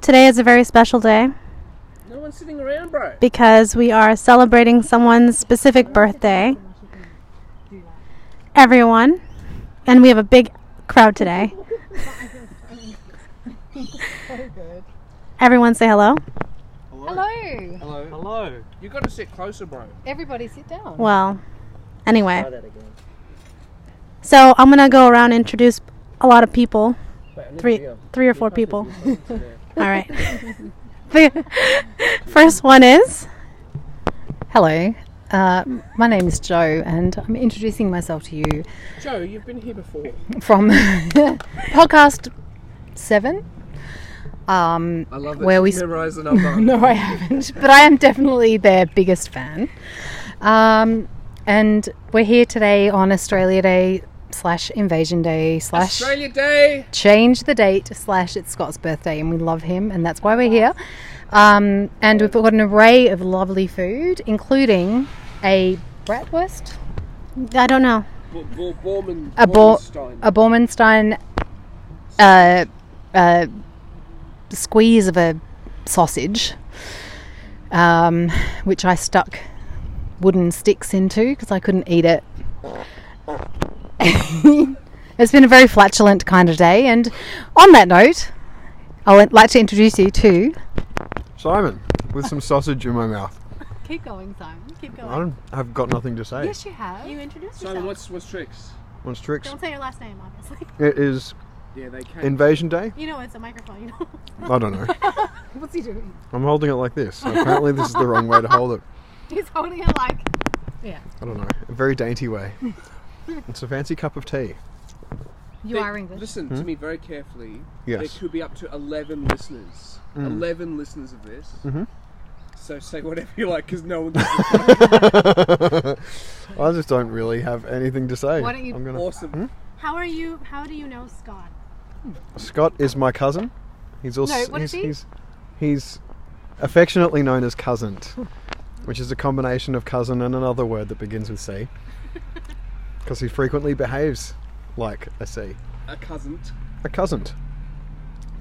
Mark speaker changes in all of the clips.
Speaker 1: Today is a very special day
Speaker 2: No one's sitting around, bro.
Speaker 1: because we are celebrating someone's specific birthday. Everyone, and we have a big crowd today. Everyone say hello.
Speaker 3: Hello.
Speaker 2: Hello. Hello. You got to sit closer, bro.
Speaker 3: Everybody sit down.
Speaker 1: Well, anyway,
Speaker 2: that again.
Speaker 1: so I'm going to go around and introduce a lot of people,
Speaker 2: Wait, I need
Speaker 1: three
Speaker 2: to go.
Speaker 1: three or four people.
Speaker 2: Yeah.
Speaker 1: All right. The First one is
Speaker 3: Hello. Uh, my name is Joe, and I'm introducing myself to you
Speaker 2: Joe, you've been here before.
Speaker 3: from podcast seven. Um,
Speaker 2: I love
Speaker 3: that Where she's we sp-
Speaker 2: memorise the number.
Speaker 3: no, I haven't, but I am definitely their biggest fan. Um, and we're here today on Australia Day slash Invasion Day slash
Speaker 2: Australia Day.
Speaker 3: change the date slash it's scott's birthday and we love him and that's why we're here um, and we've got an array of lovely food including a bratwurst
Speaker 1: I don't know.
Speaker 2: B- B- Bormann,
Speaker 3: a, Bor-
Speaker 2: Bormanstein.
Speaker 3: a bormanstein uh, uh, squeeze of a sausage um, which i stuck wooden sticks into because i couldn't eat it it's been a very flatulent kind of day and on that note i would like to introduce you to
Speaker 4: Simon, with some sausage in my mouth.
Speaker 3: keep going simon keep
Speaker 4: I don't, I've got nothing to say.
Speaker 3: you have
Speaker 1: You introduced
Speaker 2: so what's what's tricks?
Speaker 4: What's tricks?
Speaker 1: say your last name, obviously.
Speaker 4: It is
Speaker 2: Yeah, they came.
Speaker 4: Invasion Day?
Speaker 1: You know it's a microphone. You know.
Speaker 4: I don't know.
Speaker 3: what's he doing
Speaker 4: I'm holding it like this. Apparently, this is the wrong way to hold it.
Speaker 3: he's holding it like
Speaker 4: I don't know. A very dainty way. It's a fancy cup of tea.
Speaker 3: you
Speaker 2: They-
Speaker 3: are english
Speaker 2: Listen to me very carefully.
Speaker 4: Yes.
Speaker 2: There could be up to eleven listeners.
Speaker 3: Hmm.
Speaker 2: Eleven listeners of this.
Speaker 3: Mm-hmm.
Speaker 4: Mhm.
Speaker 2: So say whatever you like, because no one's
Speaker 4: I just don't really have anything to say.
Speaker 3: Why don't you-
Speaker 4: I'm gonna-
Speaker 2: awesome.
Speaker 1: How are you? How do you know Scott?
Speaker 4: Scott is my cousin. He's also
Speaker 3: No, what
Speaker 4: he's,
Speaker 3: is he?
Speaker 4: he's he's affectionately known as cousin, which is a combination of cousin and another word that begins with C. Because he frequently behaves like a C,
Speaker 2: A cousin.
Speaker 4: a cousin.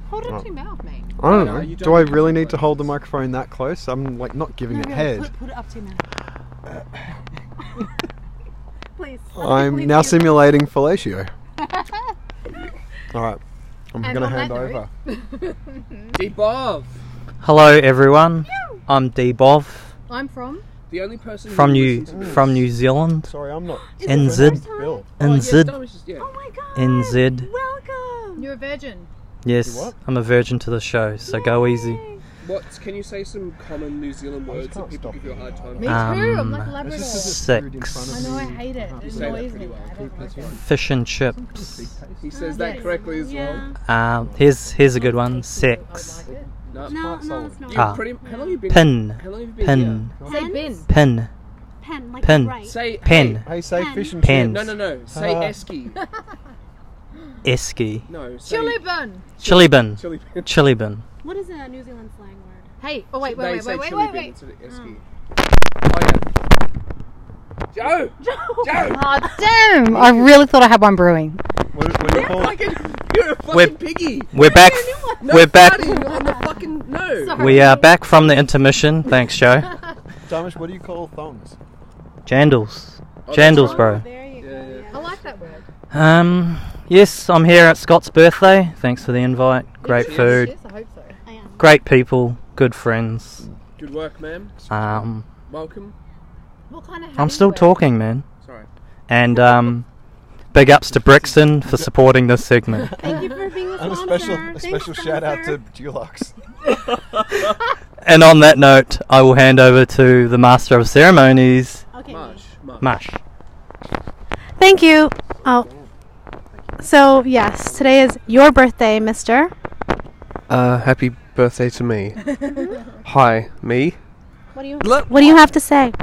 Speaker 3: hold it
Speaker 4: Oh.
Speaker 3: to your mouth mate
Speaker 4: I don't
Speaker 2: No,
Speaker 4: know.
Speaker 2: you
Speaker 4: Do
Speaker 2: don't
Speaker 4: I
Speaker 2: have to
Speaker 4: really
Speaker 2: do
Speaker 4: need to
Speaker 2: it.
Speaker 4: hold the microphone that close? I'm like not giving it head.
Speaker 1: Put, put it up to your mouth. Please.
Speaker 4: I'm now simulating fellatio. All right, I'm
Speaker 3: And
Speaker 4: gonna
Speaker 3: on
Speaker 4: hand
Speaker 3: that
Speaker 4: over.
Speaker 3: note-
Speaker 2: Debov,
Speaker 5: Hello everyone. I'm Debov
Speaker 3: i'm from
Speaker 2: the only person who
Speaker 5: from New
Speaker 2: listens to this.
Speaker 5: from New Zealand.
Speaker 4: Sorry, I'm not.
Speaker 1: Is
Speaker 5: And
Speaker 1: this the
Speaker 5: Zid.
Speaker 1: first time?
Speaker 4: Bill.
Speaker 2: Oh, yeah,
Speaker 5: NZ.
Speaker 2: no, it's just- yeah.
Speaker 1: Oh my god.
Speaker 5: NZ.
Speaker 1: Welcome.
Speaker 3: you're a virgin
Speaker 4: You
Speaker 5: Yes,
Speaker 4: what?
Speaker 5: I'm a virgin to the show, so go easy.
Speaker 2: What can you say? Some common New Zealand
Speaker 4: I
Speaker 2: words
Speaker 4: just
Speaker 2: that
Speaker 4: can't
Speaker 2: people
Speaker 4: stop
Speaker 2: give you a hard time.
Speaker 3: me too i'm
Speaker 5: Um,
Speaker 3: like a
Speaker 4: This
Speaker 3: labrador
Speaker 4: is just
Speaker 5: Six.
Speaker 4: food in front of
Speaker 3: I know, I
Speaker 4: me.
Speaker 3: hate it.
Speaker 4: Can't
Speaker 3: It
Speaker 4: say that
Speaker 3: annoys
Speaker 2: pretty
Speaker 3: me.
Speaker 2: well.
Speaker 3: I don't like it.
Speaker 5: Fish and chips.
Speaker 2: He says that correctly as well.
Speaker 1: Yeah.
Speaker 5: Um, here's here's a good one. Sex.
Speaker 2: No,
Speaker 1: No, no, it's not.
Speaker 2: You
Speaker 5: Ah.
Speaker 2: pretty, how long you been?
Speaker 5: Pin.
Speaker 2: How long have you been
Speaker 5: Pin.
Speaker 3: Say bin.
Speaker 1: Pens?
Speaker 5: Pin.
Speaker 1: Pen. Like
Speaker 5: Pen.
Speaker 2: here?
Speaker 1: right.
Speaker 2: Say
Speaker 5: Pen.
Speaker 4: Hey, say fish and
Speaker 5: Pen.
Speaker 2: Hey. No, no, no. Say
Speaker 4: Ah.
Speaker 2: esky.
Speaker 5: Esky.
Speaker 2: No. Say
Speaker 3: Chili bun.
Speaker 5: Chili bin.
Speaker 2: Chili bin.
Speaker 5: Chili bin.
Speaker 1: What is a New Zealand slang word?
Speaker 3: Hey, oh wait,
Speaker 2: They
Speaker 3: wait, wait,
Speaker 2: say
Speaker 3: wait, wait,
Speaker 2: chili
Speaker 3: wait,
Speaker 2: bin
Speaker 3: wait.
Speaker 2: instead of esky. Oh, yeah. Joe. Joe.
Speaker 3: Oh damn! I really thought I had one brewing.
Speaker 4: What, what do you call it?
Speaker 2: Fucking, Oh you're a fucking
Speaker 5: We're-
Speaker 2: piggy.
Speaker 5: We're back.
Speaker 2: No
Speaker 5: We're back.
Speaker 2: farting on the fucking no.
Speaker 3: Sorry.
Speaker 5: We are back from the intermission. Thanks, Joe.
Speaker 4: Damish, what do you call thumbs?
Speaker 5: Jandals. Jandals,
Speaker 1: Oh,
Speaker 5: bro.
Speaker 1: there you go.
Speaker 2: Yeah, yeah.
Speaker 3: I like that word.
Speaker 5: Um, yes, I'm here at Scott's birthday. Thanks for the invite. Great
Speaker 2: Yes,
Speaker 5: food,
Speaker 3: Yes, I hope so.
Speaker 1: I am.
Speaker 5: great people, good friends.
Speaker 2: Good work, ma'am.
Speaker 5: Um,
Speaker 2: Welcome.
Speaker 3: What kind of?
Speaker 5: I'm still talking, man.
Speaker 2: Sorry.
Speaker 5: And um, big ups to Brixton for supporting this segment.
Speaker 1: Thank you for being a sponsor. Thanks, sponsor.
Speaker 4: Dulux.
Speaker 5: And on that note, I will hand over to the Master of Ceremonies,
Speaker 1: Okay.
Speaker 2: Marsh. Marsh.
Speaker 5: Mash.
Speaker 1: Thank you. Oh. So yes, today is your birthday, Mister.
Speaker 6: Uh, happy birthday to me. Hi, me.
Speaker 1: What do you
Speaker 6: Look.
Speaker 1: What do you have to say?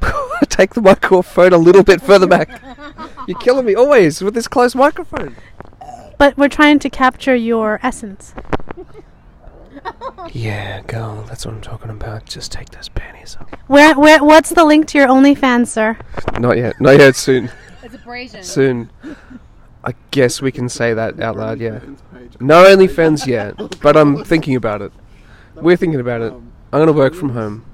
Speaker 6: Take the microphone a little bit further back. You're killing me always with this close microphone.
Speaker 1: But we're trying to capture your essence.
Speaker 6: Yeah, girl, that's what I'm talking about. Just take those panties off.
Speaker 1: Where Where What's the link to your OnlyFans, sir?
Speaker 6: Not yet. Not yet. Soon.
Speaker 3: It's abrasion.
Speaker 6: Soon. I guess we can say that out loud, yeah. No OnlyFans yet, but I'm thinking about it. We're thinking about it. I'm going to work from home.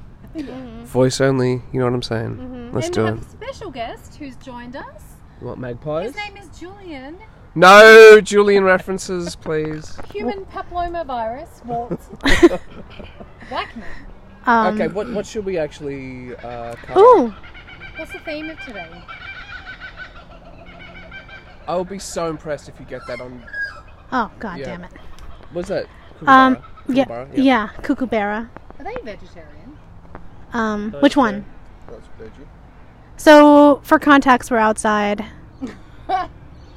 Speaker 6: Voice only, you know what I'm saying? Let's
Speaker 7: Mm-hmm. and
Speaker 6: do
Speaker 7: we
Speaker 6: it.
Speaker 7: have a special guest who's joined us.
Speaker 6: What, magpies?
Speaker 7: His name is Julian.
Speaker 6: No Julian references, please.
Speaker 7: Human papillomavirus, Walt Wackman.
Speaker 1: Um,
Speaker 2: okay, what what should we actually uh, cover?
Speaker 1: Ooh,
Speaker 7: What's the theme of today?
Speaker 2: I will be so impressed if you get that on.
Speaker 1: oh god
Speaker 2: Yeah.
Speaker 1: damn it.
Speaker 2: What's that?
Speaker 1: Um,
Speaker 2: Kookaburra?
Speaker 1: yeah,
Speaker 2: Kookaburra?
Speaker 1: yeah, Kookaburra.
Speaker 7: Are they vegetarian?
Speaker 1: Um, which one?
Speaker 4: That's veggie.
Speaker 1: So, for context, we're outside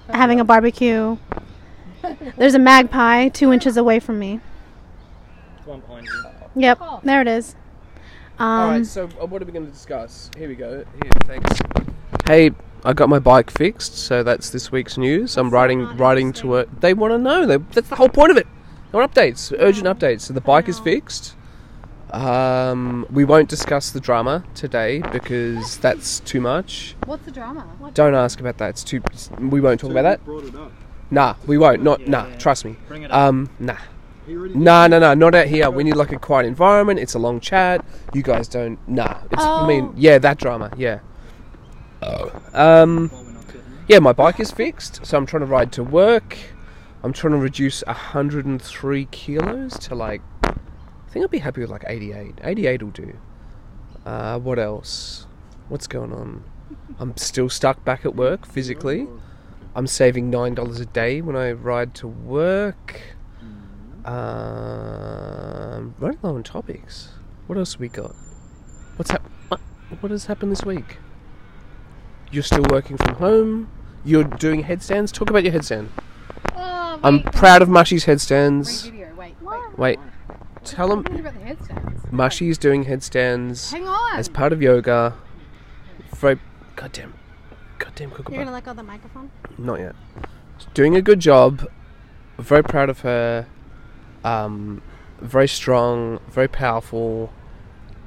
Speaker 1: having a barbecue. There's a magpie two inches away from me. Yep, there it is.
Speaker 2: All right.
Speaker 1: Um,
Speaker 2: So uh, what are we going to discuss? Here we go. Here, thanks.
Speaker 6: Hey, I got my bike fixed, so that's this week's news. I'm riding riding to it. They want to know. They, that's the whole point of it. They want updates, urgent
Speaker 1: Oh.
Speaker 6: updates. So the bike is fixed. Um, we won't discuss the drama today because that's too much.
Speaker 7: What's the drama? What?
Speaker 6: Don't ask about that. It's too. We won't talk about that.
Speaker 4: Brought it up.
Speaker 6: Nah, we won't. Not nah. Trust me.
Speaker 5: Bring it up.
Speaker 6: Um, nah. Nah, nah, nah. Not out here. We need like a quiet environment. It's a long chat. You guys don't. Nah. It's, I mean,
Speaker 7: Oh.
Speaker 6: yeah, that drama. Yeah. Um. Yeah, my bike is fixed, so I'm trying to ride to work. I'm trying to reduce 103 kilos to like. I think I'd be happy with like 88. 88 will do. Uh, what else? What's going on? I'm still stuck back at work physically. I'm saving nine dollars a day when I ride to work. Um, running low on topics. What else we got? What's hap- what, what has happened this week? You're still working from home. You're doing headstands. Talk about your headstand.
Speaker 7: Oh, wait,
Speaker 6: I'm proud of Mushy's
Speaker 7: Wait,
Speaker 6: headstands.
Speaker 7: video. Wait, wait.
Speaker 6: Wait, tell
Speaker 7: I'm
Speaker 6: them
Speaker 7: thinking about the headstones.
Speaker 6: Mushy's doing headstands
Speaker 7: Hang on.
Speaker 6: as part of yoga. Very goddamn, goddamn
Speaker 1: you're
Speaker 6: kookaburra.
Speaker 1: gonna let go of the microphone?
Speaker 6: Not yet. She's doing a good job. Very proud of her. Um, very strong, very powerful,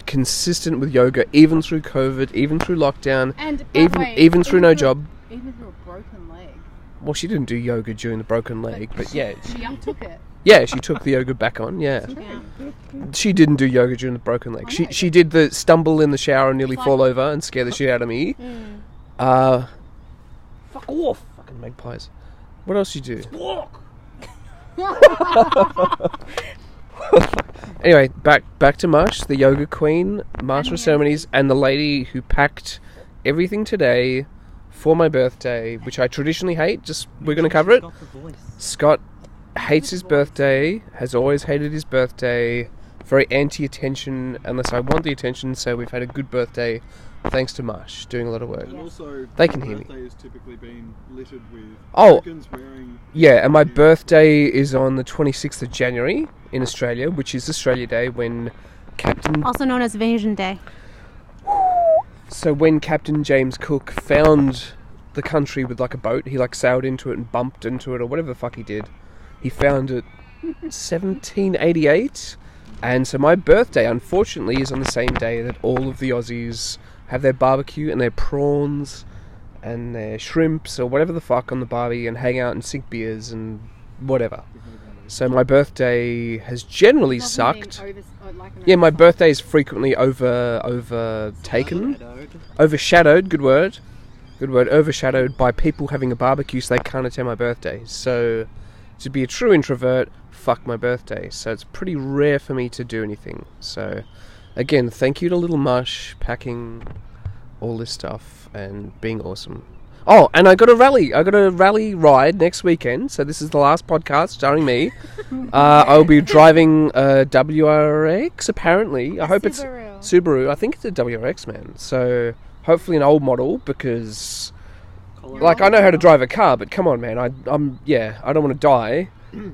Speaker 6: consistent with yoga, even through COVID, even through lockdown,
Speaker 7: and by the
Speaker 6: even
Speaker 7: way,
Speaker 6: even through no
Speaker 7: a-
Speaker 6: job.
Speaker 7: even through a broken leg.
Speaker 6: Well, she didn't do yoga during the broken leg, but
Speaker 7: she-
Speaker 6: yeah,
Speaker 7: she untook it.
Speaker 6: yeah, she took the yoga back on. Yeah,
Speaker 1: Yeah.
Speaker 6: she didn't do yoga during the broken leg. She
Speaker 7: know.
Speaker 6: she did the stumble in the shower and nearly fall over and scare the shit out of me. Uh, fuck off, fucking magpies. What else you do? Anyway, back back to Marsh, the yoga queen, master of ceremonies, and the lady who packed everything today for my birthday, which I traditionally hate. Just we're going to cover it. Scott hates his birthday. Has always hated his birthday. Very anti-attention, unless I want the attention. So we've had a good birthday, thanks to Marsh doing a lot of work.
Speaker 4: And also,
Speaker 6: They can hear me.
Speaker 4: Birthday has typically been littered with
Speaker 6: Oh.
Speaker 4: chickens wearing
Speaker 6: Yeah, and my birthday is on the 26th of January in Australia, which is Australia Day when Captain
Speaker 1: Also known as Invasion Day.
Speaker 6: So when Captain James Cook found the country with like a boat, he like sailed into it and bumped into it or whatever the fuck he did. He found it 1788. And so my birthday unfortunately is on the same day that all of the Aussies have their barbecue and their prawns and their shrimps or whatever the fuck on the barbie and hang out and sink beers and whatever. So my birthday has generally
Speaker 7: Wasn't being
Speaker 6: sucked.
Speaker 7: overs- oh, like an
Speaker 6: Yeah, my
Speaker 7: oversight.
Speaker 6: birthday is frequently over overtaken, overshadowed. Good word, good word. Overshadowed by people having a barbecue, so they can't attend my birthday. So, to be a true introvert, fuck my birthday. So it's pretty rare for me to do anything. So, again, thank you to Little Mush packing all this stuff and being awesome. Oh, and I got a rally. I got a rally ride next weekend. So this is the last podcast starring me. Uh, I'll be driving uh, a WRX. Apparently, I hope it's
Speaker 1: Subaru.
Speaker 6: Subaru. I think it's a WRX, man. So hopefully an old model because, like, I know how to drive a car, but come on, man. I, I'm yeah. I don't want to die.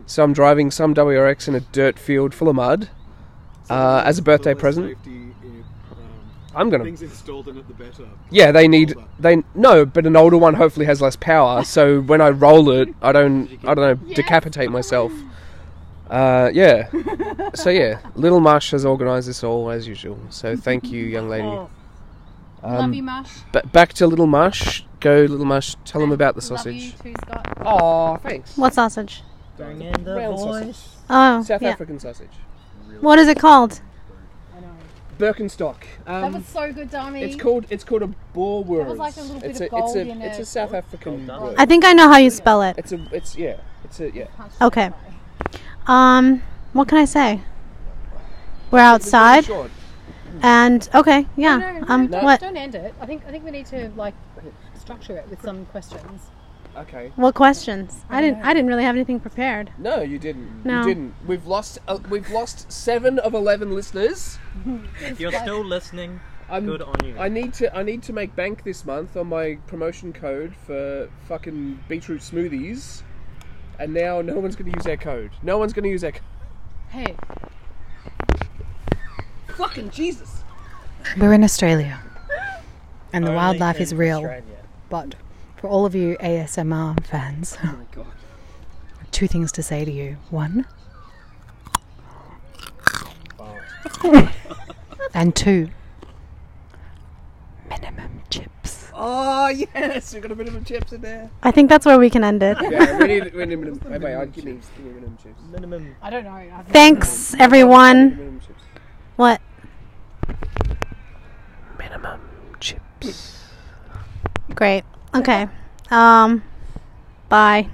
Speaker 6: So I'm driving some WRX in a dirt field full of mud uh, as a birthday
Speaker 4: the less
Speaker 6: present.
Speaker 4: Safety, in, um,
Speaker 6: I'm gonna
Speaker 4: things installed in it, the better.
Speaker 6: Yeah, they need
Speaker 4: Older.
Speaker 6: they no, but an older one hopefully has less power. So when I roll it, I don't I don't know decapitate myself. Uh, yeah. So yeah, Little Marsh has organised this all as usual. So thank you, young lady.
Speaker 7: Love you, Mush.
Speaker 6: um, But back to Little Marsh. Go, Little Marsh. Tell them about the
Speaker 7: Love you
Speaker 6: sausage.
Speaker 7: too, Scott.
Speaker 6: Aw, thanks.
Speaker 1: What sausage?
Speaker 8: Bring in the
Speaker 6: Rail
Speaker 8: voice.
Speaker 1: Oh,
Speaker 6: South
Speaker 1: yeah.
Speaker 6: African sausage.
Speaker 1: What is it called?
Speaker 6: Birkenstock. Um,
Speaker 7: That was so good, Dami.
Speaker 6: it's called it's called a boar worm.
Speaker 7: was like a little bit of
Speaker 6: it's a, it's
Speaker 7: gold
Speaker 6: a,
Speaker 7: in
Speaker 6: It's
Speaker 7: it.
Speaker 6: a South African
Speaker 8: Gold
Speaker 6: word.
Speaker 1: I think I know how you spell it.
Speaker 6: It's a it's yeah. It's a yeah.
Speaker 1: Okay. Um, what can I say? We're outside,
Speaker 6: Short.
Speaker 1: and okay, yeah.
Speaker 7: No, no, no,
Speaker 1: um,
Speaker 7: don't,
Speaker 1: what
Speaker 7: Don't end it. I think I think we need to like structure it with some questions.
Speaker 6: Okay.
Speaker 1: what questions? I didn't. I didn't really have anything prepared.
Speaker 6: No, you didn't.
Speaker 1: No.
Speaker 6: You didn't. We've lost uh, we've lost 7 of 11 listeners.
Speaker 8: If
Speaker 7: you're
Speaker 8: you're
Speaker 7: still
Speaker 8: still listening,
Speaker 6: I'm,
Speaker 8: good on you.
Speaker 6: I need to I need to make bank this month on my promotion code for fucking beetroot smoothies. And now no one's going to use our code. No one's going to use our code.
Speaker 7: Hey,
Speaker 6: Fucking Jesus.
Speaker 3: We're in Australia, and the
Speaker 8: Only
Speaker 3: wildlife
Speaker 8: in
Speaker 3: is real.
Speaker 8: Australia.
Speaker 3: But for all of you ASMR fans,
Speaker 6: Oh my god.
Speaker 3: two things to say to you. One, and two, minimum chips.
Speaker 6: Oh yes, we got a bit of a chips in there.
Speaker 1: I think that's where we can end it.
Speaker 6: Yeah, we need we need minimum. Wait, wait, I give me give me minimum chips.
Speaker 8: Minimum.
Speaker 7: I don't know. I've
Speaker 1: Thanks,
Speaker 6: Give me
Speaker 1: everyone.
Speaker 6: Minimum chips.
Speaker 1: What?
Speaker 6: Minimum chips.
Speaker 1: Great. Okay. Um, bye.